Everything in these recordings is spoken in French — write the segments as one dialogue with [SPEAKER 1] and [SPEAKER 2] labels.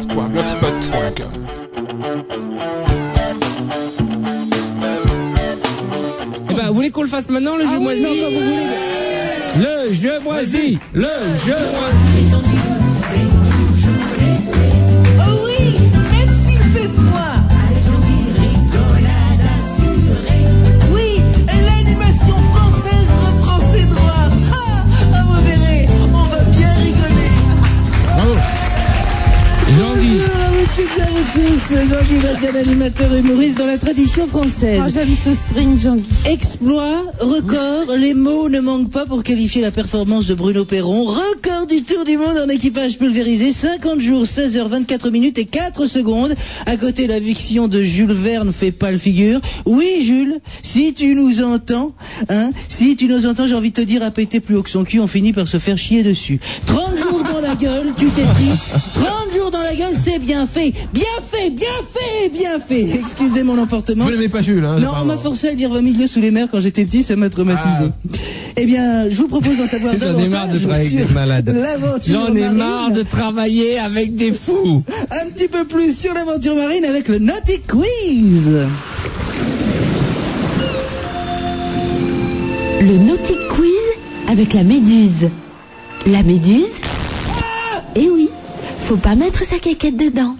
[SPEAKER 1] Oncast.blogspot.com
[SPEAKER 2] Eh ben, vous voulez qu'on le fasse maintenant,
[SPEAKER 3] Ah
[SPEAKER 2] le jeu moisi Le jeu moisi Le jeu moisi
[SPEAKER 3] Oh oui, même s'il fait froid. Oui, l'animation française reprend ses droits. Ah, ah, vous verrez, on va bien rigoler.
[SPEAKER 2] Jean-Guy
[SPEAKER 3] Bonjour à vous Ah toutes et à vous tous. Jean-Guy Gratian, animateur humoriste dans la tradition française.
[SPEAKER 4] Oh, j'aime ce string, Jean-Guy.
[SPEAKER 3] Exploit, record, les mots ne manquent pas pour qualifier la performance de Bruno Perron. Record du Tour du Monde en équipage pulvérisé, 50 jours, 16 h 24 minutes et 4 secondes. À côté, la fiction de Jules Verne fait pas le figure. Oui, Jules, si tu nous entends, hein, si tu nous entends, j'ai envie de te dire à péter plus haut que son cul, on finit par se faire chier dessus. 30 jours dans la gueule, tu t'es pris. 30 jours dans la gueule, c'est bien fait. Bien fait, bien fait, bien fait. Excusez mon emportement.
[SPEAKER 5] Vous l'avez pas Jules,
[SPEAKER 2] Ah,
[SPEAKER 5] hein
[SPEAKER 3] Non, on m'a forcé à le lire au milieu sous les mers quand j'étais petit, ça m'a traumatisé. Eh bien, je vous propose d'en savoir
[SPEAKER 2] Ah. J'en
[SPEAKER 3] davantage
[SPEAKER 2] ai marre de travailler avec
[SPEAKER 3] sur
[SPEAKER 2] des malades.
[SPEAKER 3] l'aventure
[SPEAKER 2] J'en ai
[SPEAKER 3] marine.
[SPEAKER 2] marre de travailler avec des fous
[SPEAKER 3] Un petit peu plus sur l'aventure marine avec le Naughty Quiz.
[SPEAKER 4] Le nautique quiz avec la méduse. La méduse Eh oui, faut pas mettre sa caquette dedans.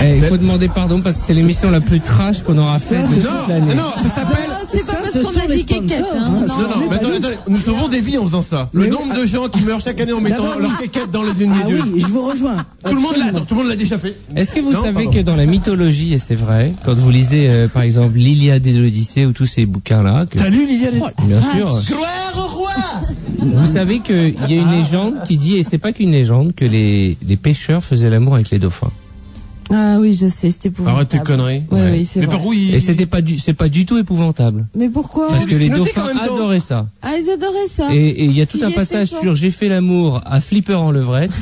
[SPEAKER 2] Eh, il faut demander pardon parce que c'est l'émission la plus trash qu'on aura faite de toute l'année.
[SPEAKER 5] Non, non, ça s'appelle.
[SPEAKER 3] Ah, C'est pas parce qu'on a dit hein. caquette,
[SPEAKER 5] Non, non, mais attendez, attendez, nous sauvons des vies en faisant ça. Le
[SPEAKER 3] Mais
[SPEAKER 5] nombre de gens qui meurent chaque année en mettant
[SPEAKER 3] D'abord,
[SPEAKER 5] leur
[SPEAKER 3] oui.
[SPEAKER 5] quéquette dans les dunes
[SPEAKER 3] Ah oui,
[SPEAKER 5] méduses.
[SPEAKER 3] je vous rejoins.
[SPEAKER 5] Tout le monde l'a, tout le monde l'a déjà fait.
[SPEAKER 2] Est-ce que vous
[SPEAKER 5] Non,
[SPEAKER 2] savez
[SPEAKER 5] pardon.
[SPEAKER 2] que dans la mythologie, et c'est vrai, quand vous lisez euh, par exemple l'Iliade et l'Odyssée ou tous ces bouquins-là, que,
[SPEAKER 5] T'as lu Liliane
[SPEAKER 2] bien sûr,
[SPEAKER 5] Gloire au roi
[SPEAKER 2] vous savez qu'il y a une légende qui dit, et c'est pas qu'une légende, que les, les pêcheurs faisaient l'amour avec les dauphins.
[SPEAKER 4] Ah oui, je sais, c'était pour.
[SPEAKER 5] Arrête tes conneries.
[SPEAKER 4] Oui, oui, c'est
[SPEAKER 5] Mais
[SPEAKER 4] vrai.
[SPEAKER 5] par où il-
[SPEAKER 2] Et c'était pas du, c'est pas du tout épouvantable.
[SPEAKER 4] Mais pourquoi
[SPEAKER 2] Parce que les
[SPEAKER 5] Notez qu'en
[SPEAKER 2] dauphins
[SPEAKER 5] même temps-
[SPEAKER 2] adoraient ça.
[SPEAKER 4] Ah, ils adoraient ça.
[SPEAKER 2] Et et il y a tout
[SPEAKER 4] Qui
[SPEAKER 2] un
[SPEAKER 4] était
[SPEAKER 2] passage
[SPEAKER 4] fort.
[SPEAKER 2] sur J'ai fait l'amour à Flipper en levrette.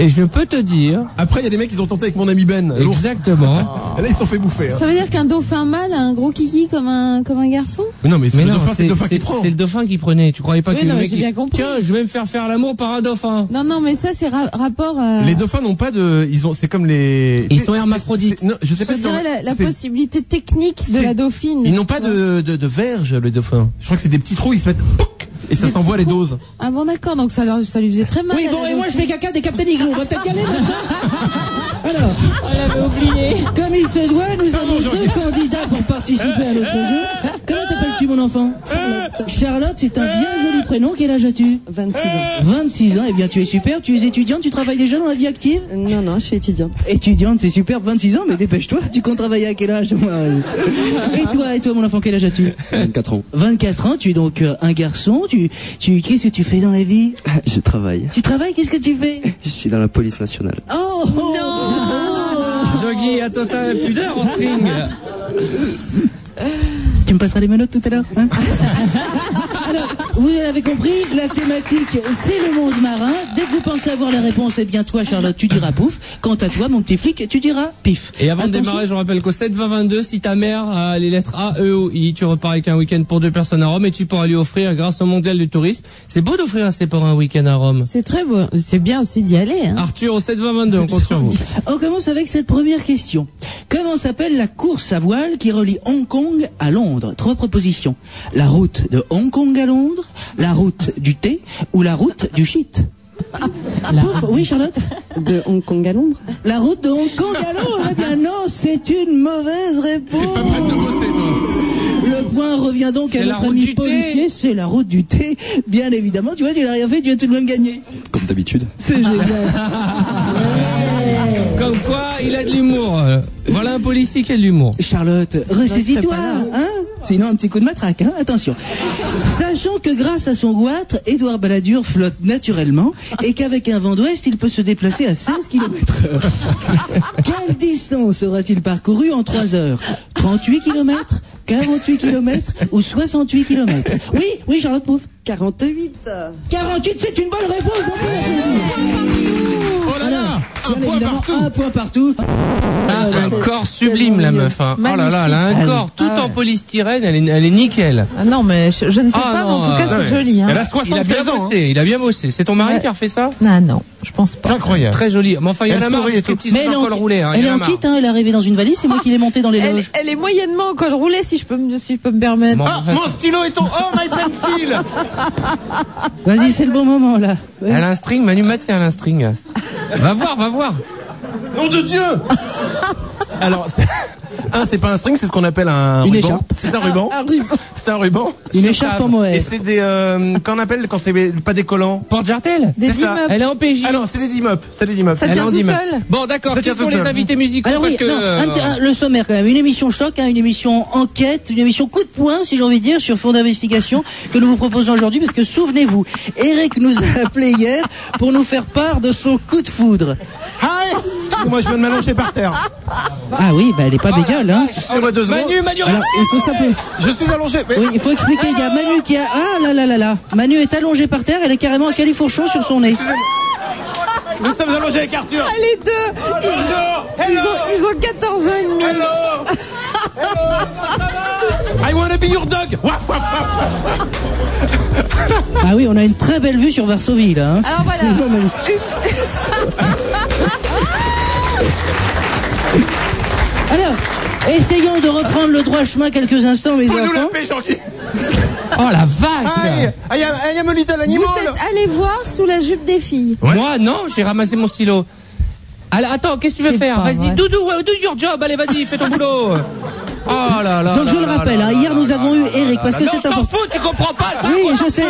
[SPEAKER 2] Et je peux te dire,
[SPEAKER 5] Après, il y a des mecs qui ont tenté avec mon ami Ben. l'ours.
[SPEAKER 2] exactement,
[SPEAKER 5] Là, ils se sont fait bouffer. hein.
[SPEAKER 4] Ça veut dire qu'un dauphin mâle a un gros kiki comme un, comme un garçon
[SPEAKER 5] Mais non, mais c'est
[SPEAKER 2] mais
[SPEAKER 5] le
[SPEAKER 2] non,
[SPEAKER 5] dauphin, c'est le dauphin qui prend.
[SPEAKER 2] c'est le dauphin qui prenait. Tu croyais pas
[SPEAKER 4] Oui,
[SPEAKER 2] que
[SPEAKER 4] non,
[SPEAKER 2] le
[SPEAKER 4] mais
[SPEAKER 2] mec
[SPEAKER 4] j'ai
[SPEAKER 2] il-
[SPEAKER 4] bien compris.
[SPEAKER 2] Tiens, je vais me faire faire l'amour par un dauphin.
[SPEAKER 4] Non, non, mais ça, c'est ra- rapport. à
[SPEAKER 5] Les dauphins n'ont pas de. Ils ont. C'est comme les.
[SPEAKER 2] Ils
[SPEAKER 5] c'est-
[SPEAKER 2] sont
[SPEAKER 5] c'est-
[SPEAKER 2] hermaphrodites.
[SPEAKER 5] c'est- Non, je sais pas
[SPEAKER 4] Je
[SPEAKER 5] si c'est-
[SPEAKER 4] dirais la, la
[SPEAKER 5] c'est-
[SPEAKER 4] possibilité technique de
[SPEAKER 5] c'est-
[SPEAKER 4] la dauphine.
[SPEAKER 5] Ils n'ont pas de, de, de verge, les dauphins. Je crois que c'est des petits trous, ils se mettent. pouc, Et ça
[SPEAKER 4] Des
[SPEAKER 5] s'envoie
[SPEAKER 4] petits
[SPEAKER 5] les
[SPEAKER 4] trous.
[SPEAKER 5] doses.
[SPEAKER 4] Ah bon, d'accord, donc ça, leur, ça lui faisait très mal.
[SPEAKER 3] Oui,
[SPEAKER 4] à
[SPEAKER 3] bon,
[SPEAKER 4] la
[SPEAKER 3] et moi je
[SPEAKER 4] dauphine.
[SPEAKER 3] fais caca des Captain Igloo. On va t'accaler maintenant Alors, comme il se doit, nous avons deux candidats pour participer à notre jeu. Comment t'appelles-tu, mon enfant Charlotte. Charlotte, c'est un bien joli prénom. Quel âge as-tu
[SPEAKER 6] 26 ans.
[SPEAKER 3] 26 ans. Eh bien, tu es super. Tu es étudiante. Tu travailles déjà dans la vie active
[SPEAKER 6] Non, non, je suis étudiante.
[SPEAKER 3] Étudiante, c'est super. 26 ans, mais dépêche-toi. Tu comptes travailler à quel âge moi Et toi, et toi, mon enfant, quel âge as-tu
[SPEAKER 7] 24 ans.
[SPEAKER 3] 24 ans. Tu es donc euh, un garçon. Tu, tu, qu'est-ce que tu fais dans la vie
[SPEAKER 7] Je travaille.
[SPEAKER 3] Tu travailles Qu'est-ce que tu fais
[SPEAKER 7] Je suis dans la police nationale.
[SPEAKER 3] Oh non
[SPEAKER 4] Ah.
[SPEAKER 2] Joggy, attends, t'as la pudeur tota, en string.
[SPEAKER 3] Tu me passeras les menottes tout à l'heure hein Alors, vous avez compris, la thématique, c'est le monde marin. Dès que vous pensez avoir la réponse, eh bien toi, Charlotte, tu diras pouf. Quant à toi, mon petit flic, tu diras pif.
[SPEAKER 2] Et avant de
[SPEAKER 3] Attention.
[SPEAKER 2] démarrer, je rappelle qu'au 7-20-22, si ta mère a les lettres A, E ou I, tu repars avec un week-end pour deux personnes à Rome et tu pourras lui offrir, grâce au mondial du tourisme, c'est beau d'offrir à ses parents un week-end à Rome.
[SPEAKER 4] C'est très beau. C'est bien aussi d'y aller. Hein.
[SPEAKER 2] Arthur, au 7-20-22, on compte sur vous.
[SPEAKER 3] On commence avec cette première question. Comment s'appelle la course à voile qui relie Hong Kong à Londres Trois propositions. La route de Hong Kong à Londres, la route du thé ou la route du shit Pouf, oui Charlotte
[SPEAKER 6] De Hong Kong à Londres
[SPEAKER 3] La route de Hong Kong à Londres Eh bien non, c'est une mauvaise réponse.
[SPEAKER 5] Pas prête de bosser, toi.
[SPEAKER 3] Le point revient donc
[SPEAKER 2] C'est
[SPEAKER 3] à
[SPEAKER 2] la
[SPEAKER 3] notre
[SPEAKER 2] route
[SPEAKER 3] ami
[SPEAKER 2] du thé.
[SPEAKER 3] policier. C'est la route du thé, bien évidemment. Tu vois, tu l'as rien fait, tu as tout de même gagné.
[SPEAKER 7] Comme d'habitude.
[SPEAKER 3] C'est génial.
[SPEAKER 2] Comme quoi, il a de l'humour. Euh, Voilà un policier qui a de l'humour.
[SPEAKER 3] Charlotte, ressaisis-toi, hein Sinon, un petit coup de matraque, hein Attention. Sachant que grâce à son goitre, Édouard Balladur flotte naturellement et qu'avec un vent d'ouest, il peut se déplacer à 16 km heure. Quelle distance aura-t-il parcouru en 3 heures 38 km 48 km ou 68 km Oui, oui, Charlotte Pouf.
[SPEAKER 6] 48
[SPEAKER 3] 48, c'est une bonne réponse, on peut l'applaudir.
[SPEAKER 5] Oh là là
[SPEAKER 3] Alors,
[SPEAKER 5] Un
[SPEAKER 3] bien
[SPEAKER 5] point
[SPEAKER 3] évidemment,
[SPEAKER 2] partout.
[SPEAKER 3] Un point partout.
[SPEAKER 2] Ah,
[SPEAKER 3] Ah,
[SPEAKER 2] un
[SPEAKER 3] ouais.
[SPEAKER 2] corps sublime, la meuf. hein. Oh là là, elle a un
[SPEAKER 8] Magnifique.
[SPEAKER 2] corps tout
[SPEAKER 8] Ah ouais.
[SPEAKER 2] en polystyrène, elle est, elle est nickel.
[SPEAKER 8] Ah non, mais je, je ne sais
[SPEAKER 2] Ah
[SPEAKER 8] pas, mais
[SPEAKER 2] non,
[SPEAKER 8] en tout cas,
[SPEAKER 2] ah
[SPEAKER 8] c'est
[SPEAKER 5] ouais.
[SPEAKER 8] joli. Hein.
[SPEAKER 5] Elle a
[SPEAKER 2] Il a
[SPEAKER 5] 76
[SPEAKER 2] bien
[SPEAKER 5] ans. hein.
[SPEAKER 2] bossé, il a bien bossé. C'est ton mari
[SPEAKER 8] Ouais.
[SPEAKER 2] qui a fait ça
[SPEAKER 8] Ah non, je pense
[SPEAKER 5] C'est
[SPEAKER 8] pas.
[SPEAKER 5] incroyable.
[SPEAKER 2] Très joli. Mais enfin, il y en
[SPEAKER 5] Elle
[SPEAKER 2] a marre
[SPEAKER 5] sourit
[SPEAKER 2] des
[SPEAKER 5] et tout.
[SPEAKER 2] striptease
[SPEAKER 3] elle est
[SPEAKER 2] en
[SPEAKER 3] en,
[SPEAKER 2] col roulé. Hein. Il
[SPEAKER 3] elle
[SPEAKER 2] y
[SPEAKER 3] est
[SPEAKER 2] en a
[SPEAKER 3] en
[SPEAKER 2] marre.
[SPEAKER 3] kit, hein, elle est arrivée dans une valise, c'est moi qui l'ai montée dans les
[SPEAKER 8] Elle,
[SPEAKER 3] loges.
[SPEAKER 8] elle est moyennement en col roulé, si je peux me, si je peux me permettre.
[SPEAKER 2] Bon,
[SPEAKER 5] Ah,
[SPEAKER 2] enfin,
[SPEAKER 5] mon stylo est ton oh my pencil
[SPEAKER 3] Vas-y, c'est le bon moment là. Ouais.
[SPEAKER 5] Ah,
[SPEAKER 2] Elle a un string, Manu Mat, c'est elle a un string. va voir, va voir.
[SPEAKER 5] Nom de Dieu Alors, c'est- un, c'est pas un string, c'est ce qu'on appelle un
[SPEAKER 3] Une
[SPEAKER 5] ruban.
[SPEAKER 3] écharpe. Ah,
[SPEAKER 5] C'est un ruban. C'est un ruban.
[SPEAKER 3] Une écharpe en mohair.
[SPEAKER 5] Et c'est des. euh, Qu'on appelle quand c'est pas des collants
[SPEAKER 2] Porte jartel
[SPEAKER 8] Des
[SPEAKER 5] c'est ça.
[SPEAKER 8] immeubles.
[SPEAKER 2] Elle est en PJ.
[SPEAKER 5] Ah non, c'est des dimop. C'est des dimop.
[SPEAKER 8] Ça
[SPEAKER 2] Elle est
[SPEAKER 8] tient
[SPEAKER 2] en
[SPEAKER 8] tout
[SPEAKER 2] dimmer.
[SPEAKER 8] seul.
[SPEAKER 2] Bon, d'accord.
[SPEAKER 5] Ça
[SPEAKER 2] Qui
[SPEAKER 5] tient
[SPEAKER 2] sont
[SPEAKER 5] tout
[SPEAKER 2] les
[SPEAKER 5] seul.
[SPEAKER 2] invités musicaux
[SPEAKER 3] Alors oui,
[SPEAKER 2] Parce que.
[SPEAKER 3] non, un petit-
[SPEAKER 2] euh,
[SPEAKER 3] un- le sommaire quand même, une émission choc, hein, une émission enquête, une émission coup de poing, si j'ai envie de dire, sur fond d'investigation que nous vous proposons aujourd'hui, parce que souvenez-vous, Eric nous a appelé hier pour nous faire part de son coup de foudre.
[SPEAKER 5] Hi Parce que Moi, Ah je viens de m'allonger par terre.
[SPEAKER 3] Ah oui, bah elle est pas
[SPEAKER 5] Oh
[SPEAKER 3] bégale, hein.
[SPEAKER 5] Laissez-moi deux secondes.
[SPEAKER 2] Manu, Manu,
[SPEAKER 3] Alors il faut s'appeler.
[SPEAKER 5] Je suis allongé. Mais...
[SPEAKER 3] Oui, il faut expliquer, il y a Manu qui a... Ah là là là là, Manu est allongé par terre, elle est carrément en califourchon sur son nez.
[SPEAKER 5] Nous sommes allongés avec Arthur.
[SPEAKER 8] Ah, Les deux, ils, ils
[SPEAKER 5] Hello
[SPEAKER 8] ont, ils ont 14 ans et demi.
[SPEAKER 5] Hello Hello I wanna be your dog Waf, waf, waf.
[SPEAKER 3] Ah oui, on a une très belle vue sur Varsovie là. hein.
[SPEAKER 8] Alors voilà.
[SPEAKER 3] C'est vraiment magnifique. Alors, essayons de reprendre le droit chemin quelques instants, mes
[SPEAKER 5] Faut nous
[SPEAKER 3] enfants.
[SPEAKER 5] la paix, Jean-Guy
[SPEAKER 2] Oh la vache
[SPEAKER 5] Aïe I am, I am a little
[SPEAKER 8] Vous
[SPEAKER 5] animal
[SPEAKER 8] êtes allés voir sous la jupe des filles.
[SPEAKER 5] Ouais.
[SPEAKER 2] Moi, non, j'ai ramassé mon stylo. Alors, attends, qu'est-ce que tu veux
[SPEAKER 8] C'est
[SPEAKER 2] faire
[SPEAKER 8] pas
[SPEAKER 2] Vas-y,
[SPEAKER 8] vrai.
[SPEAKER 2] Doudou, ouais, do your job, allez, vas-y, fais ton boulot. Oh là là.
[SPEAKER 3] Donc, je
[SPEAKER 2] là
[SPEAKER 3] le
[SPEAKER 2] là
[SPEAKER 3] rappelle,
[SPEAKER 2] là
[SPEAKER 3] hein,
[SPEAKER 2] là
[SPEAKER 3] hier,
[SPEAKER 2] là
[SPEAKER 3] nous
[SPEAKER 2] là
[SPEAKER 3] avons
[SPEAKER 2] là
[SPEAKER 3] eu
[SPEAKER 2] là
[SPEAKER 3] Eric,
[SPEAKER 2] là là.
[SPEAKER 3] parce que
[SPEAKER 2] Non,
[SPEAKER 3] c'est
[SPEAKER 2] on s'en
[SPEAKER 3] important.
[SPEAKER 2] fout, tu comprends pas ça
[SPEAKER 3] Oui,
[SPEAKER 2] quoi.
[SPEAKER 3] je sais.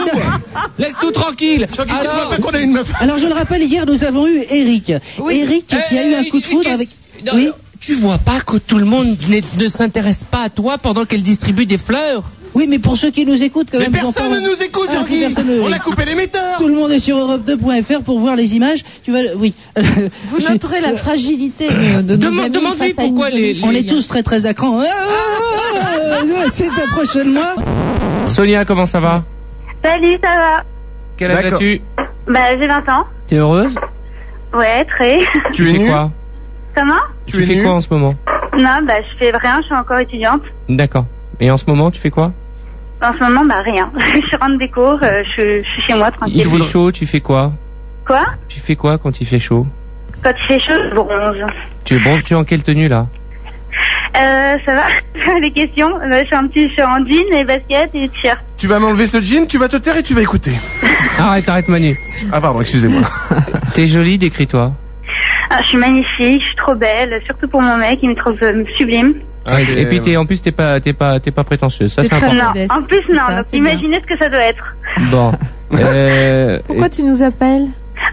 [SPEAKER 2] Laisse-nous tranquille.
[SPEAKER 5] Jean-Guy, tu vois
[SPEAKER 2] Alors,
[SPEAKER 5] pas qu'on a une meuf
[SPEAKER 3] Alors, je le rappelle, hier, nous avons eu Eric.
[SPEAKER 8] Oui. Euh,
[SPEAKER 3] Eric qui a eu un
[SPEAKER 2] Eh,
[SPEAKER 3] coup de
[SPEAKER 2] eh,
[SPEAKER 3] foudre
[SPEAKER 2] qu'est-ce-
[SPEAKER 3] avec.
[SPEAKER 2] Non,
[SPEAKER 3] oui.
[SPEAKER 2] non, Tu vois pas que tout le monde n'est- ne s'intéresse pas à toi pendant qu'elle distribue des fleurs
[SPEAKER 3] oui, mais pour ceux qui nous écoutent, quand
[SPEAKER 5] Mais
[SPEAKER 3] même, ils en
[SPEAKER 5] personne ne
[SPEAKER 3] parlent.
[SPEAKER 5] nous écoute,
[SPEAKER 3] Ah,
[SPEAKER 5] Jean-Guy
[SPEAKER 3] personne ne-
[SPEAKER 5] On a coupé les méteurs
[SPEAKER 3] Tout le monde est sur europe2.fr pour voir les images. Tu vas, oui.
[SPEAKER 8] Vous
[SPEAKER 3] Je-
[SPEAKER 8] noterez la fragilité de, de nos
[SPEAKER 2] Demande-
[SPEAKER 8] amis
[SPEAKER 2] demande-lui
[SPEAKER 8] face à
[SPEAKER 2] pourquoi
[SPEAKER 8] une
[SPEAKER 2] les-
[SPEAKER 8] jolie
[SPEAKER 3] On est
[SPEAKER 8] fille.
[SPEAKER 3] tous très très à cran. Ah, ah, ah, ah, C'est ta prochaine moi.
[SPEAKER 2] Sonia, comment ça va
[SPEAKER 9] Salut, ça va
[SPEAKER 2] Quel âge
[SPEAKER 5] D'accord.
[SPEAKER 2] as-tu
[SPEAKER 9] Bah, j'ai 20 ans.
[SPEAKER 2] T'es heureuse
[SPEAKER 9] Ouais, très.
[SPEAKER 2] Tu,
[SPEAKER 5] es
[SPEAKER 2] fais
[SPEAKER 5] nue
[SPEAKER 2] quoi
[SPEAKER 9] Comment
[SPEAKER 2] Tu, fais
[SPEAKER 5] nue
[SPEAKER 2] quoi en ce moment
[SPEAKER 9] Non, bah, je fais rien, je suis encore étudiante.
[SPEAKER 2] D'accord. Et en ce moment, tu fais quoi
[SPEAKER 9] En ce moment, bah, rien. je rentre des cours, euh, je, je suis chez moi
[SPEAKER 2] Il
[SPEAKER 9] tranquille.
[SPEAKER 2] fait chaud, tu fais quoi
[SPEAKER 9] Quoi
[SPEAKER 2] Tu fais quoi quand il fait chaud
[SPEAKER 9] Quand il fait chaud, je bronze.
[SPEAKER 2] Tu es bon, tu es en quelle tenue là
[SPEAKER 9] Euh, ça va Les questions Bah, Je suis en petit, je suis en jean et basket et t-shirt.
[SPEAKER 5] Tu vas m'enlever ce jean, tu vas te taire et tu vas écouter.
[SPEAKER 2] Arrête, arrête Manu.
[SPEAKER 5] Ah pardon, excusez-moi.
[SPEAKER 2] T'es jolie, décris-toi.
[SPEAKER 9] Ah, je suis magnifique, je suis trop belle, surtout pour mon mec, il me trouve euh, sublime.
[SPEAKER 2] Ouais, et puis t'es, en plus t'es pas t'es pas t'es pas prétentieuse. Ça
[SPEAKER 8] T'es
[SPEAKER 2] c'est
[SPEAKER 8] très
[SPEAKER 2] important.
[SPEAKER 9] non,
[SPEAKER 8] modeste,
[SPEAKER 9] en plus,
[SPEAKER 8] c'est
[SPEAKER 9] non.
[SPEAKER 8] ça,
[SPEAKER 9] donc,
[SPEAKER 8] c'est
[SPEAKER 9] imaginez ce que ça doit être.
[SPEAKER 2] Bon. Euh,
[SPEAKER 8] Pourquoi tu nous appelles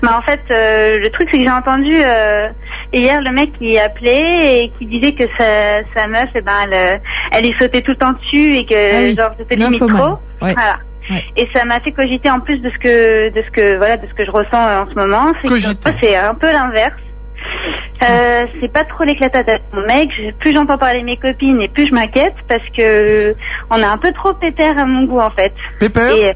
[SPEAKER 9] Bah en fait, euh, le truc c'est que j'ai entendu euh, hier le mec qui appelait et qui disait que sa, sa meuf, eh ben, elle, euh, elle lui sautait tout le temps dessus et que
[SPEAKER 8] Ah oui,
[SPEAKER 9] genre c'était limite trop.
[SPEAKER 8] nymphomane, ouais.
[SPEAKER 9] Voilà.
[SPEAKER 8] Ouais.
[SPEAKER 9] Et ça m'a fait cogiter en plus de ce que de ce que voilà de ce que je ressens euh, en ce moment. C'est que
[SPEAKER 5] Cogiter.
[SPEAKER 9] moi, c'est un peu l'inverse.
[SPEAKER 8] Hmm.
[SPEAKER 9] Euh, c'est pas trop l'éclatade avec mon mec. Je- Plus j'entends parler mes copines et plus je m'inquiète parce que euh, on a un peu trop pépère à mon goût en fait.
[SPEAKER 5] Pépère
[SPEAKER 9] Et,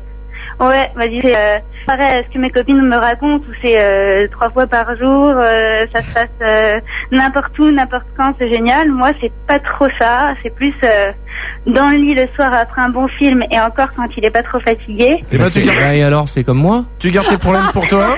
[SPEAKER 9] euh, ouais, vas-y, c'est euh, pareil, ce que mes copines me racontent, où c'est euh, trois fois par jour, euh, ça se passe euh, n'importe où, n'importe quand, c'est génial. Moi, c'est pas trop ça, c'est plus euh, dans le lit le soir après un bon film, et encore quand il est pas trop fatigué.
[SPEAKER 5] Eh
[SPEAKER 2] bah,
[SPEAKER 5] ben, tu
[SPEAKER 2] c'est-
[SPEAKER 5] gardes,
[SPEAKER 2] bah, et alors c'est comme moi
[SPEAKER 5] tu gardes tes problèmes pour toi.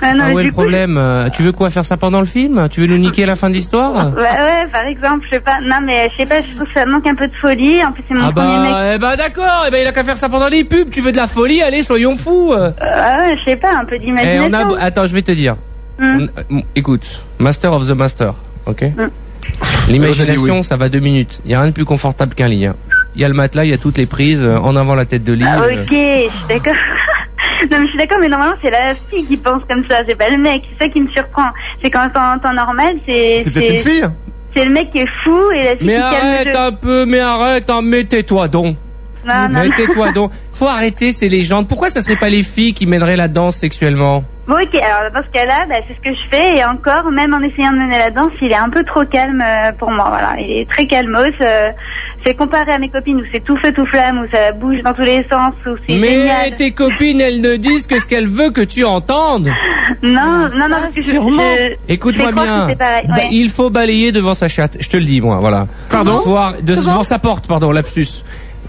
[SPEAKER 9] Ah, non,
[SPEAKER 2] Ah,
[SPEAKER 9] mais
[SPEAKER 2] Où est
[SPEAKER 9] du
[SPEAKER 2] le
[SPEAKER 9] coup,
[SPEAKER 2] problème Euh, Tu veux quoi faire ça pendant le film Tu veux nous niquer la fin de l'histoire
[SPEAKER 9] Ouais, ouais, par exemple, je sais pas, non, mais je sais pas, je trouve que ça manque un peu de folie, en plus c'est mon
[SPEAKER 2] Ah
[SPEAKER 9] premier mec.
[SPEAKER 2] bah eh bah d'accord. Eh ben il a qu'à faire ça pendant les pubs. Tu veux de la folie Allez soyons fous.
[SPEAKER 9] Ah ouais, je sais pas, un peu
[SPEAKER 2] Eh,
[SPEAKER 9] d'imagination.
[SPEAKER 2] on a beau- attends je vais te dire.
[SPEAKER 9] Hmm.
[SPEAKER 2] On- euh, écoute, Master of the Master, ok
[SPEAKER 9] Mm.
[SPEAKER 2] L'imagination, ça va deux minutes. Il n'y a rien de plus confortable qu'un lit. hein. Il y a le matelas, il y a toutes les prises, euh, en avant la tête de lit.
[SPEAKER 9] Ah,
[SPEAKER 2] euh.
[SPEAKER 9] ok, je suis d'accord. non, mais je suis d'accord, mais normalement, c'est la fille qui pense comme ça, c'est pas le mec. C'est ça qui me surprend. C'est qu'en temps, en temps normal, c'est.
[SPEAKER 5] C'est peut-être une fille
[SPEAKER 9] c'est le mec qui est fou et la fille
[SPEAKER 2] Mais
[SPEAKER 9] qui calme le
[SPEAKER 2] arrête hein.
[SPEAKER 9] jeu.
[SPEAKER 2] un peu, mais arrête, hein, mettez-toi donc.
[SPEAKER 9] Non, Ah, non, non.
[SPEAKER 2] Mettez-toi donc. Faut arrêter ces légendes. Pourquoi ça serait pas les filles qui mèneraient la danse sexuellement
[SPEAKER 9] Bon, ok, alors dans ce cas-là, bah, c'est ce que je fais. Et encore, même en essayant de mener la danse, il est un peu trop calme euh, pour moi. Voilà, il est très calmos. euh, c'est comparé à mes copines où c'est tout feu, tout flamme, où ça bouge dans tous les sens, où c'est
[SPEAKER 2] Mais
[SPEAKER 9] génial.
[SPEAKER 2] tes copines, elles ne disent que ce qu'elles veulent que tu entendes.
[SPEAKER 9] Non, non, non,
[SPEAKER 8] ça,
[SPEAKER 9] parce que je-
[SPEAKER 8] sûrement.
[SPEAKER 9] je-
[SPEAKER 2] Écoute-moi
[SPEAKER 9] je crois
[SPEAKER 2] bien.
[SPEAKER 9] que c'est pareil,
[SPEAKER 2] Bah,
[SPEAKER 9] ouais.
[SPEAKER 2] Il faut balayer devant sa chatte. Je te le dis, moi, voilà.
[SPEAKER 5] Pardon
[SPEAKER 2] Faut arr- de-
[SPEAKER 8] Comment
[SPEAKER 2] Devant sa porte, pardon, lapsus.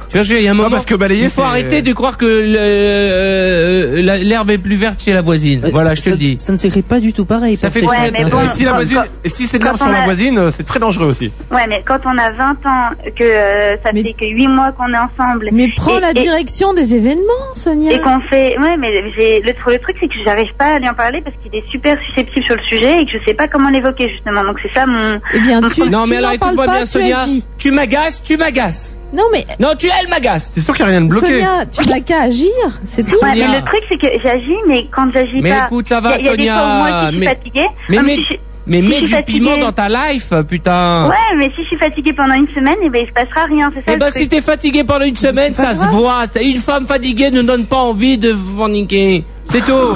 [SPEAKER 2] Tu vois, je- il y a un moment.
[SPEAKER 5] Ah, parce que balayer,
[SPEAKER 2] il faut
[SPEAKER 5] c'est-
[SPEAKER 2] arrêter de croire que le- euh, la- l'herbe est plus verte chez la voisine.
[SPEAKER 8] Euh,
[SPEAKER 2] voilà, je te
[SPEAKER 3] ça,
[SPEAKER 2] le dis.
[SPEAKER 3] Ça ne s'écrit pas du tout pareil.
[SPEAKER 2] Ça
[SPEAKER 3] par
[SPEAKER 2] fait
[SPEAKER 3] contre.
[SPEAKER 9] Ouais, mais bon,
[SPEAKER 5] Et si, la
[SPEAKER 9] quand-
[SPEAKER 5] voisine,
[SPEAKER 9] quand-
[SPEAKER 5] et si c'est de l'herbe
[SPEAKER 9] quand
[SPEAKER 5] sur
[SPEAKER 9] on
[SPEAKER 5] la
[SPEAKER 9] a-
[SPEAKER 5] voisine, euh, c'est très dangereux aussi.
[SPEAKER 9] Ouais, mais quand on a 20 ans, que euh, ça
[SPEAKER 8] Mais-
[SPEAKER 9] fait que 8 mois qu'on est ensemble.
[SPEAKER 8] Mais prends
[SPEAKER 9] Et-
[SPEAKER 8] la
[SPEAKER 9] et-
[SPEAKER 8] direction des événements, Sonia.
[SPEAKER 9] Et qu'on fait, ouais, mais j'ai le, tr- le truc c'est que j'arrive pas à lui en parler parce qu'il est super susceptible sur le sujet et que je sais pas comment l'évoquer justement. Donc c'est ça mon.
[SPEAKER 8] Eh bien, tu,
[SPEAKER 2] non,
[SPEAKER 8] tu
[SPEAKER 2] mais
[SPEAKER 8] n'en
[SPEAKER 2] alors
[SPEAKER 8] parles
[SPEAKER 2] écoute-moi
[SPEAKER 8] pas,
[SPEAKER 2] bien,
[SPEAKER 8] tu
[SPEAKER 2] Sonia.
[SPEAKER 8] agis.
[SPEAKER 2] Tu m'agaces, tu m'agaces.
[SPEAKER 8] Non, mais
[SPEAKER 2] Non, tu, elle m'agace.
[SPEAKER 5] C'est sûr qu'il n'y a rien de bloqué.
[SPEAKER 8] Sonia, tu n'as qu'à agir, c'est tout.
[SPEAKER 9] Ouais,
[SPEAKER 2] Sonia.
[SPEAKER 9] mais le truc c'est que j'agis, mais quand j'agis
[SPEAKER 2] Mais
[SPEAKER 9] pas.
[SPEAKER 2] écoute, ça va,
[SPEAKER 9] il y a- il y a des fois où moi
[SPEAKER 2] Sonia.
[SPEAKER 9] aussi, je suis
[SPEAKER 2] Mais,
[SPEAKER 9] fatiguée.
[SPEAKER 2] mais,
[SPEAKER 9] Ah,
[SPEAKER 2] mais,
[SPEAKER 9] si je-
[SPEAKER 2] mais
[SPEAKER 9] si
[SPEAKER 2] mets
[SPEAKER 9] je
[SPEAKER 2] du
[SPEAKER 9] suis
[SPEAKER 2] piment
[SPEAKER 9] fatiguée-
[SPEAKER 2] dans ta life, putain.
[SPEAKER 9] Ouais, mais si je suis fatiguée pendant une semaine, et ben il se passera rien, c'est ça
[SPEAKER 2] Eh
[SPEAKER 9] le
[SPEAKER 2] ben,
[SPEAKER 9] truc.
[SPEAKER 2] si t'es fatigué pendant une semaine, ça se voit. T'as- Une femme fatiguée ne donne pas envie de forniquer. C'est tout.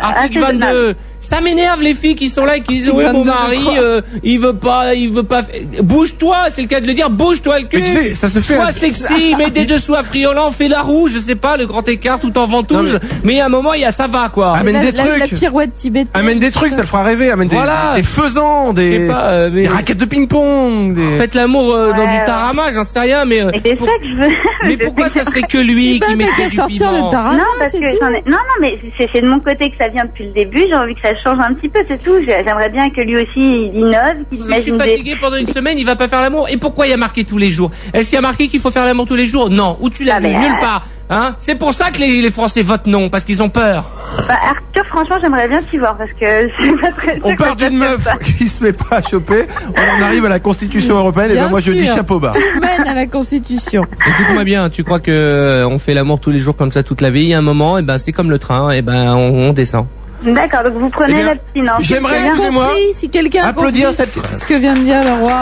[SPEAKER 2] Article
[SPEAKER 9] Ah, c'est Ah,
[SPEAKER 2] 22. Ça m'énerve les filles qui sont là et qui disent oui mon mari euh, il veut pas il veut pas fa- bouge-toi c'est le cas de le dire bouge-toi le cul
[SPEAKER 5] Mais tu sais, ça se fait
[SPEAKER 2] sois
[SPEAKER 5] à-
[SPEAKER 2] sexy mets des dessous à friolant fais la roue je sais pas le grand écart tout en ventouse mais à un moment il y a ça va quoi
[SPEAKER 9] Ah,
[SPEAKER 5] Amène
[SPEAKER 8] la,
[SPEAKER 5] des
[SPEAKER 8] la- la
[SPEAKER 5] trucs.
[SPEAKER 8] pirouette tibétaine.
[SPEAKER 5] Amène des trucs, ça le fera rêver. Amène des,
[SPEAKER 2] Voilà.
[SPEAKER 5] des faisans,
[SPEAKER 2] Je sais
[SPEAKER 5] des,
[SPEAKER 2] pas, euh, mais-
[SPEAKER 5] des raquettes de ping-pong. Des...
[SPEAKER 2] faites l'amour euh, dans
[SPEAKER 9] Ouais,
[SPEAKER 2] du
[SPEAKER 9] ouais.
[SPEAKER 2] tarama j'en sais rien mais euh,
[SPEAKER 9] Mais c'est
[SPEAKER 2] pour-
[SPEAKER 9] ça que je veux.
[SPEAKER 2] mais
[SPEAKER 9] Je
[SPEAKER 2] pourquoi
[SPEAKER 9] sais
[SPEAKER 2] ça
[SPEAKER 9] que-
[SPEAKER 2] serait que lui
[SPEAKER 8] Eh ben,
[SPEAKER 2] qui
[SPEAKER 8] t'as
[SPEAKER 2] mettait
[SPEAKER 8] qu'à
[SPEAKER 2] du
[SPEAKER 8] sortir
[SPEAKER 2] piment
[SPEAKER 8] le tarama,
[SPEAKER 9] non, parce
[SPEAKER 8] c'est
[SPEAKER 9] que
[SPEAKER 8] tout.
[SPEAKER 9] j'en ai- non, non, mais c'est c'est de mon côté que ça vient depuis le début. J'ai envie que ça change un petit peu, c'est tout. J'ai- J'aimerais bien que lui aussi il innove, qu'il
[SPEAKER 2] Si je suis
[SPEAKER 9] imagine des.
[SPEAKER 2] fatigué pendant une semaine, il va pas faire l'amour. Et pourquoi il y a marqué tous les jours Est-ce qu'il y a marqué qu'il faut faire l'amour tous les jours Non. Où tu l'as
[SPEAKER 9] Ah,
[SPEAKER 2] vu
[SPEAKER 9] mais,
[SPEAKER 2] Nulle
[SPEAKER 9] euh,
[SPEAKER 2] part. Hein C'est pour ça que les, les Français votent non, parce qu'ils ont peur.
[SPEAKER 9] Bah, Arthur, franchement, j'aimerais bien t'y voir parce que c'est pas très.
[SPEAKER 5] On
[SPEAKER 9] c'est pas
[SPEAKER 5] part
[SPEAKER 9] très
[SPEAKER 5] d'une meuf
[SPEAKER 9] sympa.
[SPEAKER 5] qui se met pas à choper, on en arrive à la Constitution européenne, et
[SPEAKER 8] Bien
[SPEAKER 5] ben moi je dis
[SPEAKER 8] sûr.
[SPEAKER 5] chapeau bas.
[SPEAKER 8] Tout mène à la Constitution.
[SPEAKER 2] Écoute-moi bien, tu crois que euh, on fait l'amour tous les jours comme ça toute la vie, il y a un moment, et ben c'est comme le train, et ben on, on descend.
[SPEAKER 9] D'accord, donc vous prenez
[SPEAKER 5] Eh bien,
[SPEAKER 9] la petite.
[SPEAKER 5] j'aimerais-
[SPEAKER 8] Quelqu'un a
[SPEAKER 5] excusez-moi,
[SPEAKER 8] compris, si quelqu'un a
[SPEAKER 5] applaudir
[SPEAKER 8] compris
[SPEAKER 5] cette phrase.
[SPEAKER 8] ce que vient de dire le roi.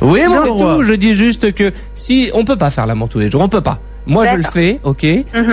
[SPEAKER 5] Oui, mon
[SPEAKER 2] C'est
[SPEAKER 5] roi.
[SPEAKER 2] tout, je dis juste que si on peut pas faire l'amour tous les jours, on peut pas. Moi je le
[SPEAKER 9] D'accord. Mhm.
[SPEAKER 2] fais, ok,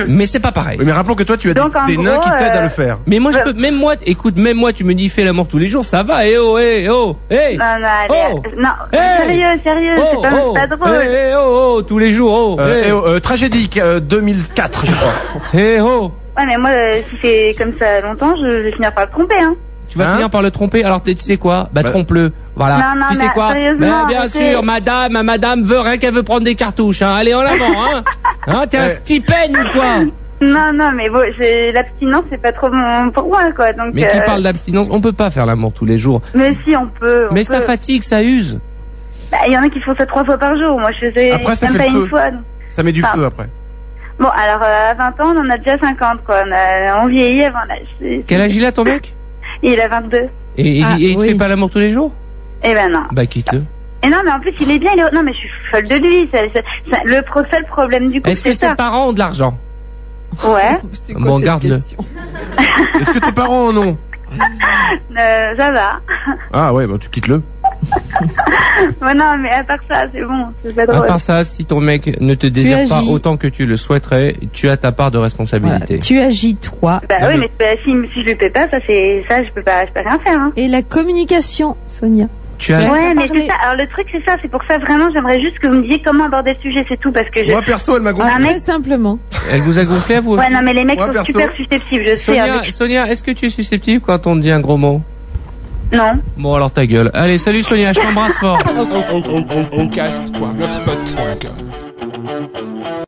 [SPEAKER 2] mais c'est pas pareil.
[SPEAKER 5] Oui, mais rappelons que toi, tu as
[SPEAKER 9] Donc, en
[SPEAKER 5] des, des nains
[SPEAKER 9] gros,
[SPEAKER 5] qui t'aident à
[SPEAKER 9] euh,
[SPEAKER 5] le faire.
[SPEAKER 2] Mais moi je peux, même moi, écoute, même moi tu me dis fais l'amour tous les jours, ça va. Eh oh, eh oh, eh.
[SPEAKER 9] Non, non, allez,
[SPEAKER 2] Oh
[SPEAKER 9] euh, non,
[SPEAKER 2] Hey
[SPEAKER 9] sérieux, sérieux,
[SPEAKER 2] Oh,
[SPEAKER 9] c'est pas,
[SPEAKER 2] oh,
[SPEAKER 9] pas drôle.
[SPEAKER 2] eh, eh, oh, oh, tous les jours, oh,
[SPEAKER 5] Euh,
[SPEAKER 2] eh,
[SPEAKER 5] et, euh, tragédique euh, 2004, je crois.
[SPEAKER 2] eh, oh.
[SPEAKER 9] Ouais, mais moi, euh, si c'est comme ça longtemps, je vais finir par le tromper, hein.
[SPEAKER 2] Tu vas
[SPEAKER 5] Hein
[SPEAKER 2] finir par le tromper. Alors t'es- tu sais quoi Bah,
[SPEAKER 5] Bah.
[SPEAKER 2] trompe-le. Voilà.
[SPEAKER 9] Non, non,
[SPEAKER 2] tu sais
[SPEAKER 9] mais
[SPEAKER 2] quoi
[SPEAKER 9] sérieusement,
[SPEAKER 2] Bah, Bien
[SPEAKER 9] arrêtez.
[SPEAKER 2] sûr, madame, ma madame veut rien qu'elle veut prendre des cartouches. Hein. Allez en avant, hein. hein T'es un
[SPEAKER 5] Ouais.
[SPEAKER 2] stipend ou quoi
[SPEAKER 9] Non, non, mais bon, j'ai- l'abstinence, c'est pas trop mon, pour moi, quoi. Donc,
[SPEAKER 2] Mais qui
[SPEAKER 9] euh,
[SPEAKER 2] parle d'abstinence, on peut pas faire l'amour tous les jours.
[SPEAKER 9] mais si, on peut. on
[SPEAKER 2] Mais ça
[SPEAKER 9] peut.
[SPEAKER 2] fatigue, ça use.
[SPEAKER 9] Bah, Il y en a qui font ça trois fois par jour. Moi, je faisais
[SPEAKER 5] Après, ça
[SPEAKER 9] même
[SPEAKER 5] fait
[SPEAKER 9] pas
[SPEAKER 5] le
[SPEAKER 9] une
[SPEAKER 5] feu.
[SPEAKER 9] fois. donc.
[SPEAKER 5] Ça met du
[SPEAKER 9] Ah.
[SPEAKER 5] feu après.
[SPEAKER 9] Bon, alors, euh, à 20 ans, on en a déjà 50, quoi. On, a, on vieillit avant l'âge. C'est-
[SPEAKER 2] Quel âge il a ton mec
[SPEAKER 9] Il a 22.
[SPEAKER 2] Et, et-
[SPEAKER 8] Ah,
[SPEAKER 2] et il te
[SPEAKER 8] oui.
[SPEAKER 2] fait pas l'amour tous les jours
[SPEAKER 9] Eh ben non.
[SPEAKER 2] Bah quitte-le.
[SPEAKER 9] Et non, mais en plus, il est bien. il est- Non, mais je suis folle de lui. Ça- ça- ça- le pro- seul problème du couple,
[SPEAKER 2] Est-ce que
[SPEAKER 9] c'est
[SPEAKER 2] ses
[SPEAKER 9] ça.
[SPEAKER 2] parents ont de l'argent
[SPEAKER 9] Ouais,
[SPEAKER 8] C'est
[SPEAKER 2] Bon,
[SPEAKER 8] cette
[SPEAKER 2] garde-le.
[SPEAKER 8] question
[SPEAKER 5] Est-ce que tes parents en ont
[SPEAKER 9] euh, ça va.
[SPEAKER 5] Ah ouais, bah tu quittes le.
[SPEAKER 9] Ouais, non, mais à part ça, c'est bon. C'est pas
[SPEAKER 2] À
[SPEAKER 9] drôle.
[SPEAKER 2] part ça, si ton mec ne te désire pas
[SPEAKER 8] agis.
[SPEAKER 2] autant que tu le souhaiterais, tu as ta part de
[SPEAKER 8] Voilà.
[SPEAKER 2] responsabilité.
[SPEAKER 8] Tu agis toi.
[SPEAKER 9] Bah
[SPEAKER 2] Ah,
[SPEAKER 9] oui,
[SPEAKER 2] mais-
[SPEAKER 9] mais bah, si, si je le paie pas, ça, c'est, ça, je peux pas, je peux rien faire, hein.
[SPEAKER 8] Et la communication, Sonia.
[SPEAKER 2] Tu as
[SPEAKER 8] Ouais.
[SPEAKER 9] Ouais, mais
[SPEAKER 8] parler.
[SPEAKER 9] c'est ça. Alors le truc, c'est ça. C'est pour ça vraiment, j'aimerais juste que vous me disiez comment aborder le sujet, c'est tout, parce que je.
[SPEAKER 5] Moi perso, elle m'a gonflé.
[SPEAKER 9] Ah, mais-
[SPEAKER 8] Très simplement.
[SPEAKER 2] Elle vous a gonflé à vous
[SPEAKER 9] Ouais, non, mais les mecs
[SPEAKER 5] Moi,
[SPEAKER 9] sont
[SPEAKER 5] perso-
[SPEAKER 9] super susceptibles. Je sais. hein,
[SPEAKER 2] Sonia,
[SPEAKER 9] avec-
[SPEAKER 2] Sonia, est-ce que tu es susceptible quand on te dit un gros mot
[SPEAKER 9] Non.
[SPEAKER 2] Bon alors ta gueule. Allez, salut Sonia, je t'embrasse fort.
[SPEAKER 1] Cast.blogspot.com